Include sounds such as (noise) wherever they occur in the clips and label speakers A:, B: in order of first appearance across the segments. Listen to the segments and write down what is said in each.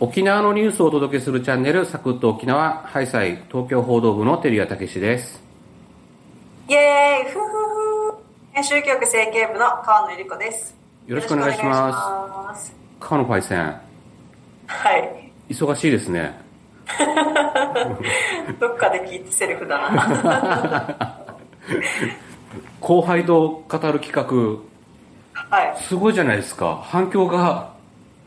A: 沖縄のニュースをお届けするチャンネル、サクッと沖縄、ハイサイ、東京報道部の照屋武史です。
B: イエーイふふふ編集局政経部の川野ゆり子です。
A: よろしくお願いします
B: よろくお願いします。
A: 河野パイセン、
B: はい。 (laughs)
A: 忙しいですね。
B: どっかで聞いてセリフだな。 (laughs)
A: 後輩と語る企画、
B: はい。
A: すごいじゃないですか。反響が、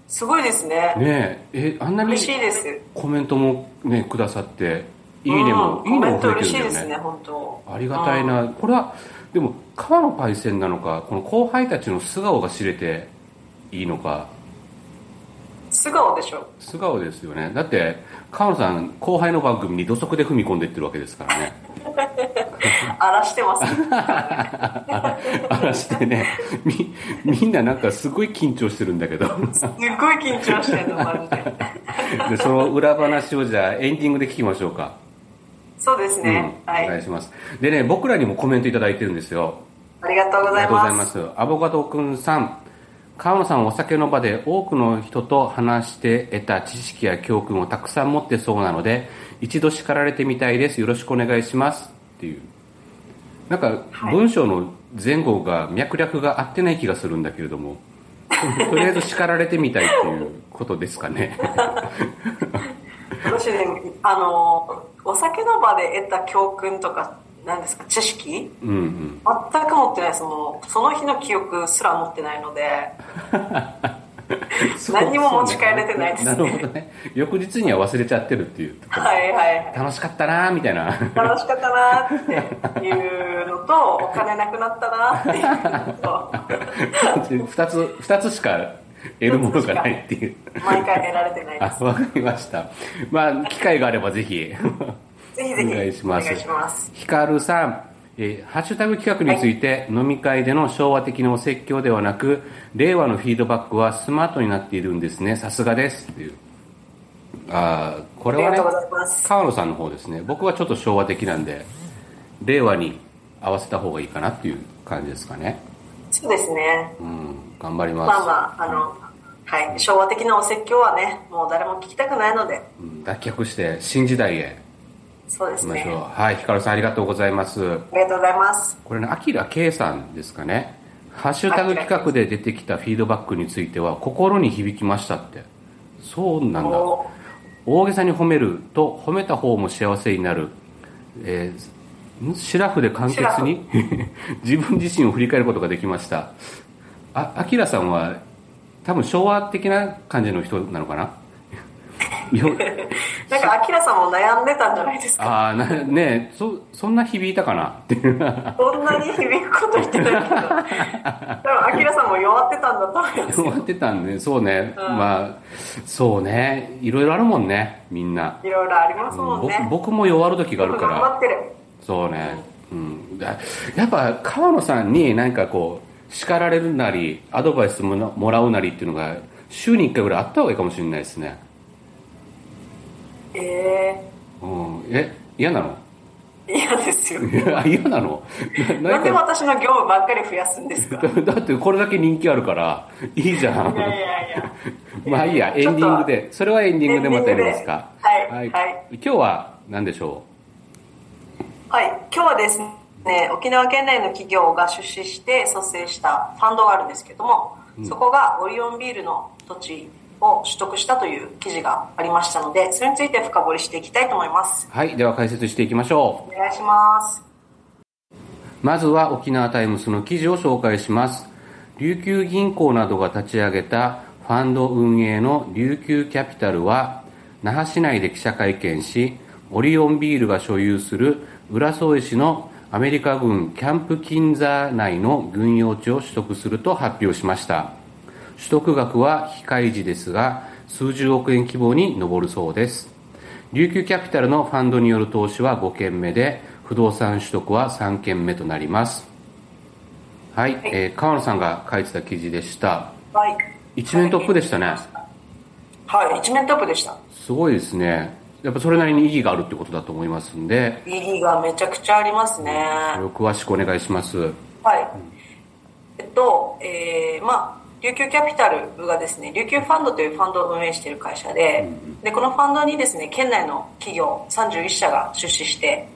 B: すごいですね。
A: ねえ、え、あんなに
B: 嬉しいです。
A: コメントもね、くださって、いいねも、
B: う
A: いい
B: んコ
A: ね
B: メン
A: も
B: ト
A: 増え
B: 嬉
A: て
B: し
A: る
B: いで
A: んだ
B: す
A: よ
B: ね、
A: ね。
B: 本当。
A: ありがたい
B: うん。
A: な。これは、でも、河野パイセンなのか、この後輩たちの素顔が知れていいのか、
B: 素顔でしょ。
A: 素顔ですよねだって河野さん後輩の番組に土足で踏み込んでいってるわけですからね
B: 荒らしてます。
A: 嵐してねみみんななんかすごい緊張してるんだけど
B: すっごい緊張してるの、マジで。
A: でその裏話をじゃあエンディングで聞きましょうか、
B: そうです
A: うん
B: ね。は
A: お願い
B: い。
A: しますでね僕らにもコメントいただいてるんですよ
B: ありがとうご
A: あり
B: ざ
A: が
B: い
A: とうござい
B: ま。
A: ますすアボカドくんさん河野さんはお酒の場で多くの人と話して得た知識や教訓をたくさん持ってそうなので一度叱られてみたいですよろしくお願いしますっていうなんか文章の前後が脈略が合ってない気がするんだけれども (laughs) とりあえず叱られてみたいっていうことですかね (laughs)
B: 私ね、あの、お酒の場で得た教訓とか、何ですか、知識
A: うんうん
B: 全く持ってないそのその日の記憶すら持ってないので何にも持ち帰れてないですね
A: そうなるほどね翌日には忘れちゃってるっていうところ
B: はいはい
A: 楽しかったなーみたいな
B: 楽しかったなーっていうのとお金なくなったなーっていうの
A: 2つ (laughs) 二つしか得るものがないっていう
B: と毎回得られてない
A: あ
B: です
A: わかりましたまあ機会があればぜひ
B: ぜひぜひ
A: お願いします
B: お願いします
A: ヒカルさん、えーハッシュタグ企画について、飲み会での昭和的なお説教ではなく令和のフィードバックはスマートになっているんですねさすがですっていうああこ
B: あ
A: れ
B: り
A: は
B: が
A: ね
B: とうございます
A: 河野さんの方ですね僕はちょっと昭和的なんで令和に合わせた方がいいかなっていう感じですかね
B: そうですね
A: うん頑張ります、
B: まあまああのはい昭和的なお説教はねもう誰も聞きたくないので
A: うん脱却して新時代へ
B: そうで
A: 行
B: す
A: きましょう。
B: ね
A: はい、ヒカルさんありがとうございます。
B: ありがとうございます
A: これね、アキラ K さんですかね。ハッシュタグ企画で出てきたフィードバックについては、心に響きましたって。そうなんだ。
B: お
A: 大げさに褒めると、褒めた方も幸せになる。えーんシラフで簡潔に (laughs) 自分自身を振り返ることができました。あ、アキラさんは、多分昭和的な感じの人なのか
B: (laughs)
A: なよ
B: なんかアキラさんも悩んでたんじゃないですか
A: ああ、なねえそ、そんな響いたかなっていう。
B: そんなに響くこと言ってないけど多分アキラさんも弱ってたんだと思います
A: 終わってたんで、そうね。まあ、そうね。いろいろあるもんね、みんな。
B: いろいろありますもん
A: 僕
B: ね。
A: 僕も弱る時があるか
B: 頑張
A: ら。
B: ってる。
A: そうね。うん。だやっぱ、川野さんになんかこう、叱られるなり、アドバイスもなもらうなりっていうのが、週に1回ぐらいあった方がいいかもしれないですね。
B: え
A: うん。え、嫌なの (laughs)
B: え嫌ですよ。
A: いや嫌な (laughs) のな
B: なん
A: ん
B: で
A: か
B: 私の業務ばっかり増やすんですか。
A: (laughs) だってこれだけ人気あるから、いいじゃん。
B: いやいやいや。
A: (laughs) まあいいや、エン
B: ち
A: デ
B: ょっと
A: ィングで。それはエンディングでまたやりますか。
B: エンディングではいはい
A: 今日は何でしょ
B: はい、今日はですね、沖縄県内の企業が出資して蘇生したファンドがあるんですけども、そこがオリオンビールの土地を取得したという記事がありましたので、それについて深掘りしていきたいと思います。
A: うはい、では解説していきましょう。
B: お願いします。
A: まずは沖縄タイムスの記事を紹介します。琉球銀行などが立ち上げたファンド運営の琉球キャピタルは、那覇市内で記者会見し、オリオンビールが所有する浦添市のアメリカ軍キャンプキンザー内の軍用地を取得すると発表しました。取得額は非開示ですが、数十億円規模に上るそうです。琉球キャピタルのファンドによる投資は5件目で、不動産取得は3件目となります。はい、えー河野さんが書いてた記事でした。
B: はい。
A: 一面トップでしたね。
B: はい、一面トップでした。
A: すごいですね。やっぱそれなりに意義があるってことだと思いますんで、
B: 意義がめちゃくちゃありますね。
A: これを詳しくお願いします。
B: はい。えっと、えーまあ、琉球キャピタルがですね、琉球ファンドというファンドを運営している会社で、で、このファンドにですね、県内の企業31社が出資して、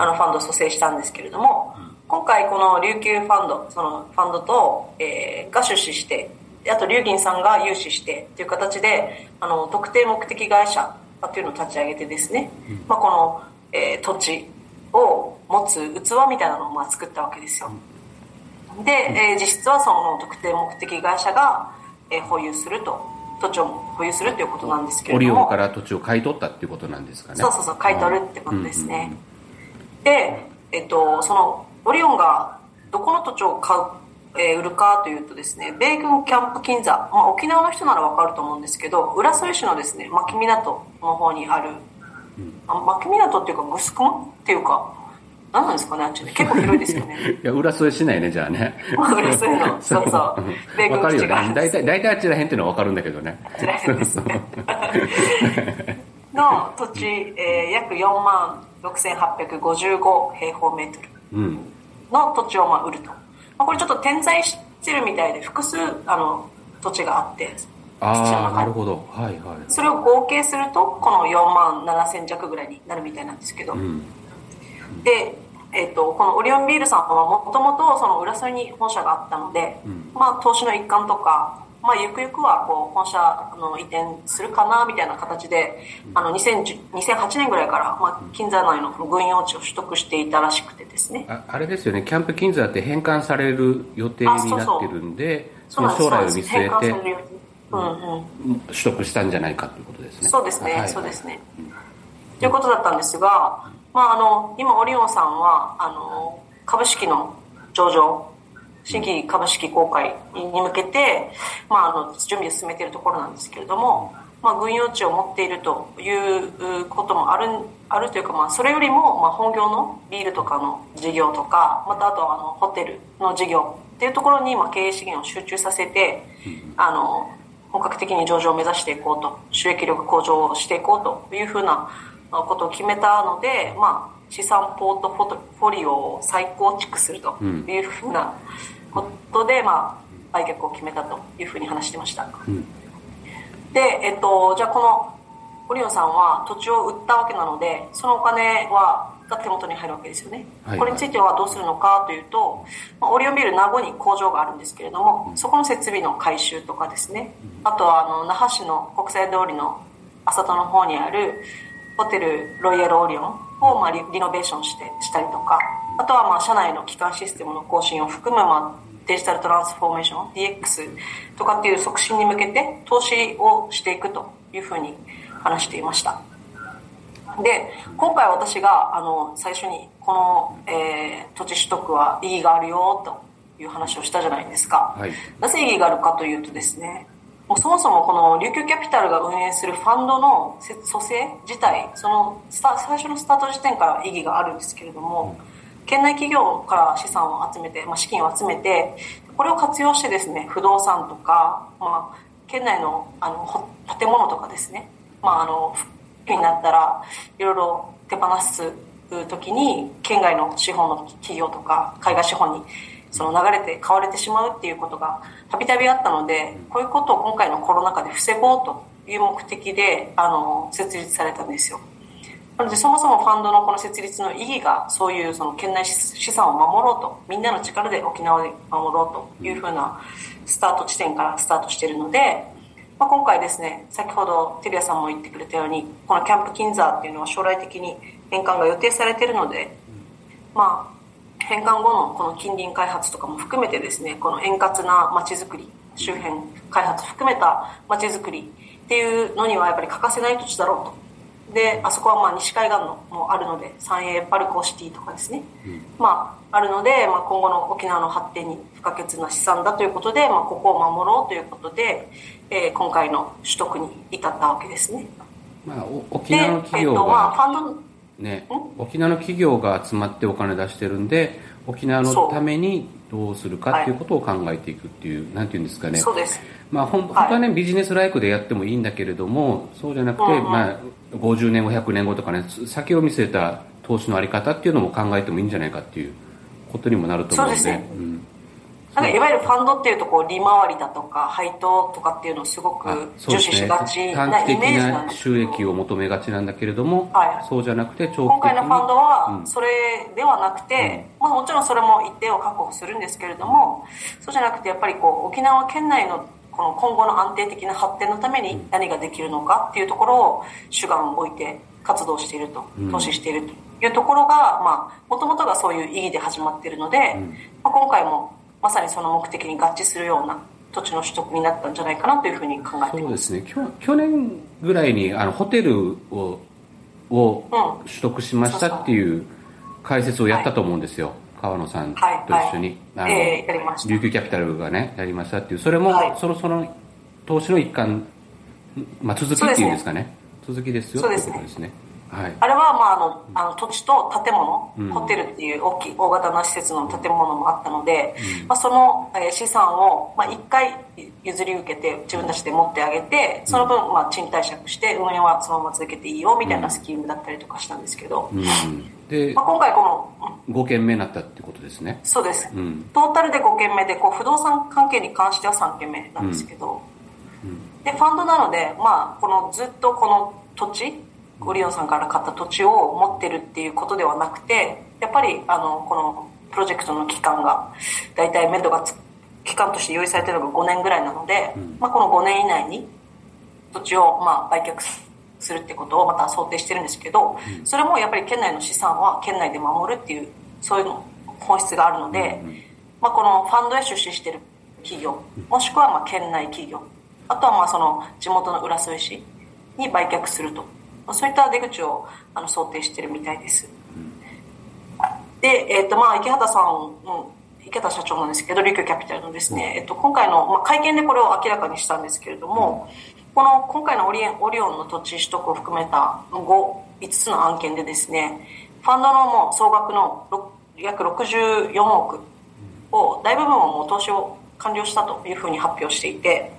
B: あの、ファンドを蘇生したんですけれども、今回この琉球ファンド、そのファンドと、えー、が出資して、あと、龍銀さんが融資してという形で、あの、特定目的会社というのを立ち上げてですね、まあ、この、えー、土地を持つ器みたいなのをまあ作ったわけですよ。で、えー、実質はその特定目的会社が、えー、保有すると土地を保有するということなんですけれども
A: オリオンから土地を買い取ったっていうことなんですかね
B: そうそうそう買い取るってことですね、で、えーと、とそのオリオンがどこの土地を買う、えー、売るかというとですね米軍キャンプ金座、まあ、沖縄の人ならわかると思うんですけど浦添市のですね牧港の方にある、うん、あ牧港っていうかグスクモっていうか何なんですかねあっち結構広いですよ
A: (laughs)
B: ね
A: いや浦添市内ねじゃあね
B: 浦添
A: (laughs)
B: のそうそう
A: 米軍基地があるんです大体、ね、あちらへんっていうのは分かるんだけどね
B: あちらへんですの土地、えー、約4万6855平方メートルの土地をまあ売ると、まあ、これちょっと点在してるみたいで複数あの土地があって
A: ああなるほど、はいはい、
B: それを合計するとこの4万7000弱ぐらいになるみたいなんですけど、うんで、えーと、とこのオリオンビールさんはもともとその浦添に本社があったので、うん、まあ、投資の一環とか、まあ、ゆくゆくはこう本社の移転するかなみたいな形であの2008年ぐらいから、まあ、金沢内の軍用地を取得していたらしくてですね
A: ああれですよねキャンプ金沢って返還される予定になってるんでその将来を見据えて、うんうん、取得したんじゃないかということですね
B: そうですね、はい、そうですね、ということだったんですが、まあ、あの今オリオンさんはあの株式の上場新規株式公開に向けて、まあ、あの準備を進めているところなんですけれども、まあ、軍用地を持っているということもあるあるというか、まあ、それよりも、まあ、本業のビールとかの事業とかまたあとはあのホテルの事業っていうところに、まあ、経営資源を集中させてあの本格的に上場を目指していこうと収益力向上をしていこうというふうなのことを決めたので、まあ、資産ポートフォリオを再構築するというふうなことで、うん、まあ、売却を決めたというふうに話してました、うん、で、えっと、じゃあこのオリオンさんは土地を売ったわけなのでそのお金はが手元に入るわけですよね、はいはい、これについてはどうするのかというと、まあ、オリオンビール名護に工場があるんですけれども、うん、そこの設備の改修とかですねあとはあの那覇市の国際通りの浅田の方にあるホテルロイヤルオリオンをまあリノベーションしてしたりとかあとはまあ社内の基幹システムの更新を含むまあデジタルトランスフォーメーション DX とかっていう促進に向けて投資をしていくというふうに話していましたで今回私があの最初にこの、えー、土地取得は意義があるよという話をしたじゃないですか、はい、なぜ意義があるかというとですねもうそもそもこの琉球キャピタルが運営するファンドの蘇生自体その最初のスタート時点から意義があるんですけれども県内企業から資産を集めて、まあ、資金を集めてこれを活用してですね不動産とか、まあ、県内のあの建物とかですね、まあ、あの復旧になったらいろいろ手放す時に県外の資本の企業とか海外資本にその流れて買われてしまうっていうことがたびたびあったのでこういうことを今回のコロナ禍で防ごうという目的であの設立されたんですよなのでそもそもファンドのこの設立の意義がそういうその県内資産を守ろうとみんなの力で沖縄で守ろうというふうなスタート地点からスタートしているので、まあ、今回ですね先ほど照屋さんも言ってくれたようにこのキャンプ金沢っていうのは将来的に返還が予定されているのでまあ返還後のこの近隣開発とかも含めてですねこの円滑なまちづくり周辺開発含めたまちづくりっていうのにはやっぱり欠かせない土地だろうとであそこはまあ西海岸のもあるので三栄パルコシティとかですね、うん、まあ、あるので、まあ、今後の沖縄の発展に不可欠な資産だということで、まあ、ここを守ろうということで、えー、今回の取得に至ったわけですね。
A: まあ、沖縄の企業が、えーとまあ、ファンドね、沖縄の企業が集まってお金出してるんで沖縄のためにどうするかっていうことを考えていくっていう、はい、なんていうんですかね
B: そうです
A: まあほん、はい、本当はねビジネスライクでやってもいいんだけれどもそうじゃなくて、うんうん、まあ、50年後100年後とかね先を見据えた投資のあり方っていうのも考えてもいいんじゃないかっていうことにもなると思うんで
B: そうですね、うんなんかいわゆるファンドっていうとこう利回りだとか配当とかっていうのをすごく
A: あそう
B: 重
A: です
B: 視し
A: ね
B: がち
A: 短
B: な
A: 期
B: イ
A: 的
B: メージなん
A: な
B: ですけど
A: 収益を求めがちなんだけれども、
B: はい
A: そうじゃなくて長
B: 今
A: 期的
B: 回
A: に
B: のファンドはそれではなくて、まあ、もちろんそれも一定を確保するんですけれどもそうじゃなくてやっぱりこう沖縄県内のこの今後の安定的な発展のために何ができるのかっていうところを主眼を置いて活動していると
A: うん
B: 投資しているというところがもともとがそういう意義で始まっているので、まあ、今回もまさにその目的に合致するような土地の取得になったんじゃないかなというふうに考えて
A: そ
B: い
A: う
B: ま。
A: ですすね去去年ぐらいにあのホテルをを
B: うん
A: 取得しましたっていう解説をやったと思うんですよ、川野さんと一緒に、
B: はいはいええやりました
A: 琉球キャピタルがねやりましたっていうそれも、
B: はい
A: そのその投資の一環、まあ、続きっていうんですかね続きですよ
B: そ
A: とい
B: うで
A: う
B: す
A: こ
B: ね
A: とですねはい
B: あれは、まあ、あのあの土地と建物、
A: うん
B: ホテルっていう大きい大型の施設の建物もあったので、まあ、その、えー資産を、まあ、1回譲り受けて自分たちで持ってあげてその分、まあ、賃貸借して運営はそのまま続けていいよみたいなスキームだったりとかしたんですけど、
A: うん、で
B: まあ、今回このうん
A: 5件目になったってことですね
B: そうです、
A: うん
B: トータルで5件目でこう不動産関係に関しては3件目なんですけど、でファンドなので、まあ、このずっとこの土地オリオンさんから買った土地を持ってるっていうことではなくてやっぱりあのこのプロジェクトの期間が大体目処がつ期間として用意されてるのが5年ぐらいなので、まあ、この5年以内に土地をまあ売却するってことをまた想定してるんですけど、それもやっぱり県内の資産は県内で守るっていうそういうの本質があるので、まあ、このファンドへ出資してる企業もしくはまあ県内企業あとはまあその地元の浦添市に売却するとまあそういった出口をあの想定してるみたいです。で、えっとまあ池畑さん、うん、池畑社長なんですけど琉球キャピタルのですね、えっと、今回の、まあ、会見でこれを明らかにしたんですけれども、この今回のオリエンオリオンの土地取得を含めた 5, 5つの案件でですねファンドのもう総額のろ約64億を大部分をもう投資を完了したというふうに発表していて。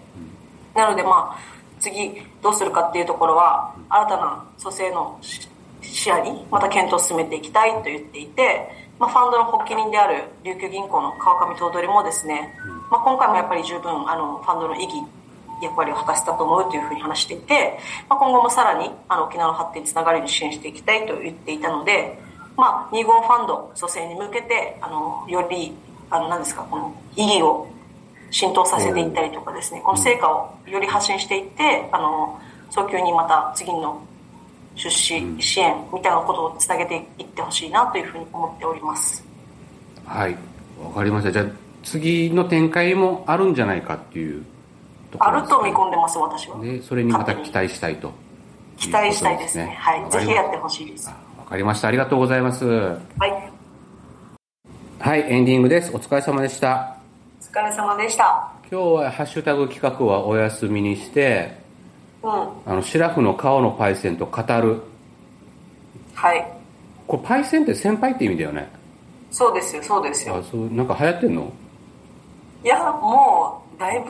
B: なのでまあ次どうするかっていうところは新たな蘇生のし視野にまた検討を進めていきたいと言っていて、まあ、ファンドの発起人である琉球銀行の川上頭取もですね、まあ、今回もやっぱり十分あのファンドの意義役割を果たせたと思うというふうに話していて、まあ、今後もさらにあの沖縄の発展につながるように支援していきたいと言っていたので、まあ、2号ファンド蘇生に向けてあのよりあの何ですかこの意義を浸透させていったりとかですねこの成果をより発信していってあの早急にまた次の出資支援みたいなことをつなげていってほしいなというふうに思っております
A: はいわかりましたじゃあ次の展開もあるんじゃないかっていうとこ
B: あ
A: ろ
B: る
A: です
B: と
A: かね
B: 見込んでます私は
A: でそれにまた期待したいと
B: 期待したいですねは
A: わ
B: い
A: か
B: ぜ
A: り
B: ひ
A: ま
B: やってほしいですは
A: わかりましたありがとうございますはいいエンディングですお疲れ様でした
B: お疲れ様でした
A: 今日はハッシュタグ企画はお休みにして
B: うん
A: あのシラフの顔のパイセンと語る
B: はい
A: これパイセンって先輩って意味だよね
B: そうですよそうですよ
A: あそうなんか流行ってんの
B: いやもうだいぶ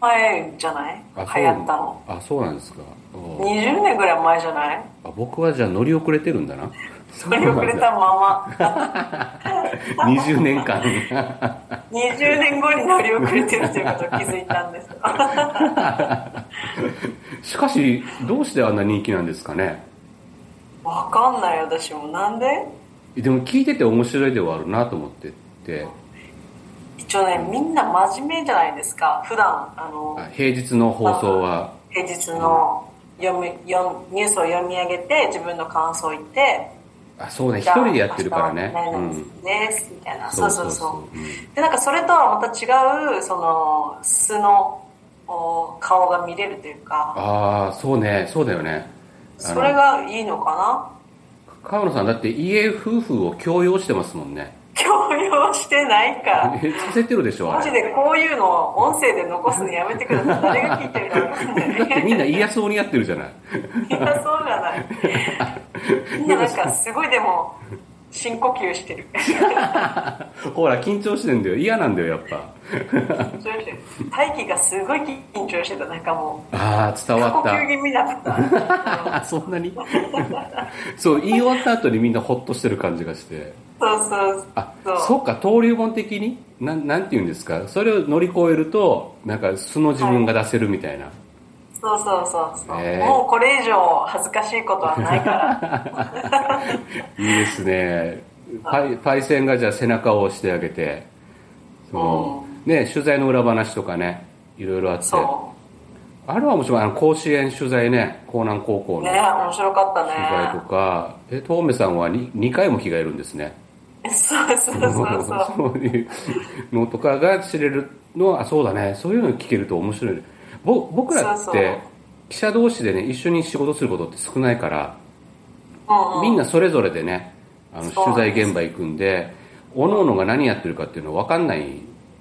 B: 前じゃない
A: あ
B: 流行ったの
A: そうあそうなんですかお
B: 20年ぐらい前じゃない
A: あ僕はじゃあ乗り遅れてるんだな
B: そ (laughs) れ遅れ
A: (laughs)
B: たまま
A: 20年間 (laughs)
B: 20年後に乗り遅れてるということを気づいたんです
A: しかしどうしてあんな人気なんですかね
B: わかんない私もなんで
A: でも聞いてて面白いではあるなと思ってって
B: 一応ねみんな真面目じゃないですか普段あの、
A: あ平日の放送は
B: 平日の読み読みニュースを読み上げて自分の感想を言って
A: あそうね
B: 一
A: 一人でやってるからねうん
B: ですみたいなそうそうそう
A: うん
B: でなんかそれとはまた違うその素のお顔が見れるというか
A: ああそうねそうだよねあの
B: それがいいのかな (laughs)
A: 川野さんだって家夫婦を強要してますもんね
B: 強要してないから
A: させてるでしょ
B: マ
A: あ
B: ジ
A: れ
B: でこういうのを音声で残すのやめてください。誰が聞いてるか分かんない。
A: だってみんな嫌そうにやってるじゃない (laughs)
B: みんなそうじゃない。みんななんかすごいでも、深呼吸してる。
A: ほら、緊張してんだよ。嫌なんだよ、やっぱ。
B: 緊張してる。大気がすごい緊張してた、なんかもう。
A: ああ、伝わっ
B: 呼吸気味だった。
A: た。そんなにそう、言い終わった後にみんなほっとしてる感じがして。
B: そうそう
A: あ、
B: そう。
A: そうか、登竜門的になん、なんて言うんですか。それを乗り越えると、なんか素の自分が出せるみたいな。
B: そうそうそうそう、
A: ねえ
B: もうこれ以上恥ずかしいことはない
A: (laughs)
B: から。
A: いいですね。パイパイセンがじゃあ背中を押してあげて、そのね、取材の裏話とかね、いろいろあって。
B: そ
A: あれは面白い。あの、甲子園取材ね、江南高校
B: う。
A: の
B: ね
A: 取
B: 面白かった
A: 材と
B: ね。
A: か、え、東梅さんは 2, 回も着替えるんですね。
B: そうそうそう
A: (laughs)
B: そう。
A: そういうのとかが知れるのは、あそうだね。そういうの聞けると面白いね。ぼ僕ら
B: そ
A: っ
B: うそう
A: て、記者同士でね、一緒に仕事することって少ないから、
B: うんうん、
A: みんなそれぞれでね、あの
B: そう
A: 取材現場行くんで、おのおのが何やってるかっていうの分かんないよ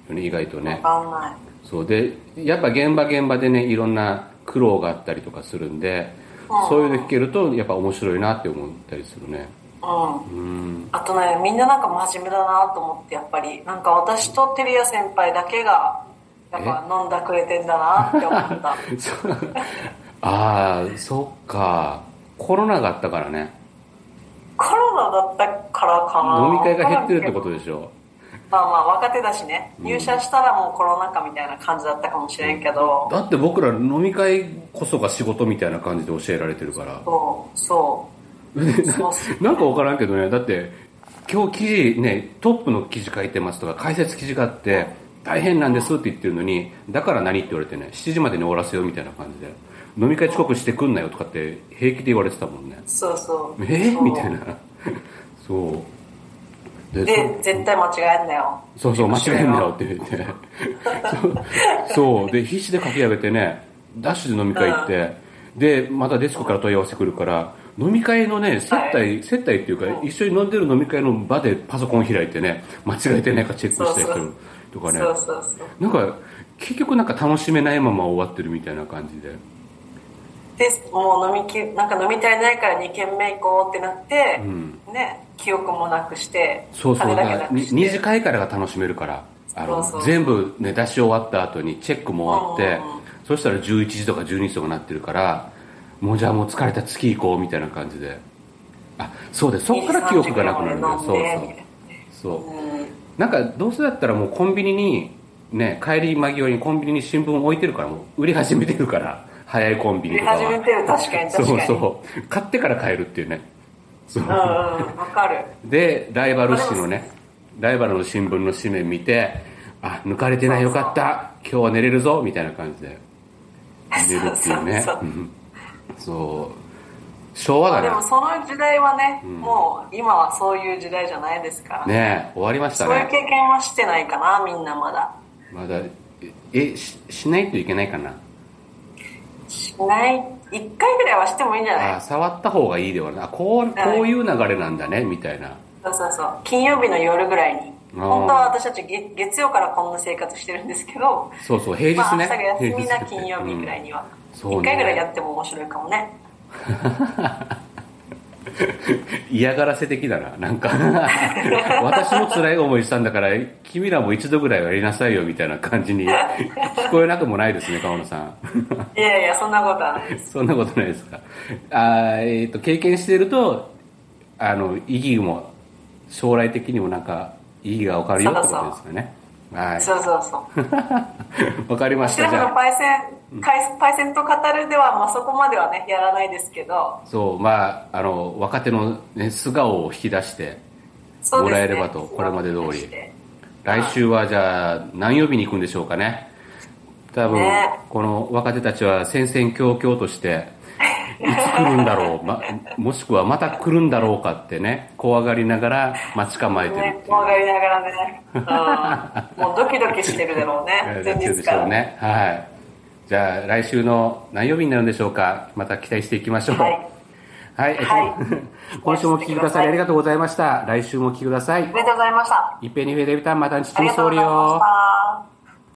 A: ね、意外と
B: わ
A: ね。
B: かんない。
A: そうで、やっぱ現場現場でね、いろんな苦労があったりとかするんで、
B: うん
A: そういうの聞けると、やっぱ面白いなって思ったりする
B: (laughs)
A: ね。
B: うん。
A: うん。
B: あとね、みんななんか真面目だなと思って、やっぱり、なんか私とテリア先輩だけが、やっぱ飲んだくれてんだなって思った。 (laughs)
A: そうああ、そっか。コロナがあったからね。
B: コロナだったからかな。
A: 飲み会が減ってるってことでしょ。
B: まあまあ若手だしね、入社したらもうコロナ禍みたいな感じだったかもしれんけど、
A: だって僕ら飲み会こそが仕事みたいな感じで教えられてるから。
B: そ
A: (laughs)
B: う、そう。そうそう
A: なんかわからんけどね、だって、今日記事ね、トップの記事書いてますとか、解説記事があって、大変なんですって言ってるのに、だから何って言われてね、7時までに終わらせようみたいな感じで、飲み会遅刻してくんなよとかって平気で言われてたもんね。
B: そうそう。
A: えー、
B: そう
A: みたい。な。そう。で
B: で、絶対間違えんなよ。
A: そうそう、間違えんだよって言
B: (laughs)
A: って。そうそう。で、必死で書き上げてね、ダッシュで飲み会行って、で、またデスクから問い合わせ来るから、飲み会のね、接待、
B: はい
A: 接待っていうか、
B: うん
A: 一緒に飲んでる飲み会の場でパソコン開いてね、間違えてないかチェックしたりす
B: そうそ
A: る
B: う
A: と
B: そ
A: か
B: う
A: ね。
B: そうそう。
A: なんか、結局なんか楽しめないまま終わってるみたいな感じで。
B: で、もう飲みき、なんか飲み足りないから2軒目行こうってなって、
A: ん
B: ね、記憶もなくして、
A: そうそう、
B: 金
A: だ
B: だ
A: か
B: けな
A: ら
B: く
A: に
B: して。
A: 二次会からが楽しめるから、あの
B: そうそう
A: 全部、ね、出し終わった後にチェックも終わって
B: うんうんうん、
A: そしたら11時とか12時とかなってるから、もうじゃあもう疲れた月行こうみたいな感じで。あ、そうです。そこから記憶がなくなるんだよ。
B: 2 3
A: そう
B: 時間飲んで
A: そう。そう。
B: うん
A: なんかどうせだったらもうコンビニに、ね、帰り間際にコンビニに新聞置いてるから、もう売り始めてるから、早いコンビニとか
B: 売り始めてる
A: は。
B: 確かに確かに
A: そうそう。買ってから帰るっていうね。そう。
B: うんうん、わかる。
A: でライバル誌のねライバルの新聞の紙面見てあ抜かれてないよかった今日は寝れるぞみたいな感じで寝るっていうね
B: そうそううん
A: そう昭和
B: まあ
A: だ
B: でも
A: な
B: その時代はね、もう今はそういう時代じゃないですから、
A: ねえ終わりました
B: そういう
A: ね
B: 経験はしてないかな、みんなまだ。
A: まだえししないといけないかな
B: しない、一回ぐらいはしてもいいんじゃな
A: あ
B: い
A: 触った方がいいではないあこうこういう流れなんだねみたいな
B: そうそうそう。金曜日の夜ぐらいに。
A: あー
B: 本当は私たち月月曜からこんな生活してるんですけど、
A: そうそう平
B: ま
A: 日
B: あ明
A: ね、
B: 日が休みな
A: 平日
B: 金曜日ぐらいには。一、
A: そうね
B: 回ぐらいやっても面白いかもね。
A: 嫌がらせ的だななんか (laughs) 私も辛い思いしたんだから君らも一度ぐらいはやりなさいよみたいな感じに聞こえなくもないですね河野さん (laughs)
B: いやいや、そんなことはない。
A: そんなことないですかあー、えー、と経験しているとあの意義も将来的にもなんか意義が分かるよってことですかね
B: そうそうそう。
A: はい分かりまし
B: シラ
A: たじ
B: フ
A: ゃ
B: (laughs) の
A: あ
B: パイセン、パイパイセンと語るでは、まあそこまではね、やらないですけど、
A: そうまああの若手の、ね、素顔を引き出して
B: そ
A: も
B: うですね。
A: らえればとこれまで通り
B: はい
A: 来週はじゃあ何曜日に行くんでしょうかね多分
B: ね
A: この若手たちは戦々恐々としていつ来るんだ
B: (laughs)
A: ろう、ま、もしくはまた来るんだろうかってね怖がりながら待ち構えてる
B: ね
A: っ、ていう
B: 怖がりながらね、うん、もうドキドキしてるだろうね、前
A: やつ
B: 日
A: で
B: か
A: しょ
B: ら。
A: うねはいじゃあ来週の何曜日になるんでしょうかまた期待していきましょう
B: はい
A: はい、
B: は
A: (laughs) 今週もお聞きくださりありがとうございました来週もお聞きください
B: ありがとうございました。
A: 一平二平デビタンまた日
B: あり
A: に
B: がと
A: 総
B: うご
A: 理
B: ざいまし
A: よ
B: た。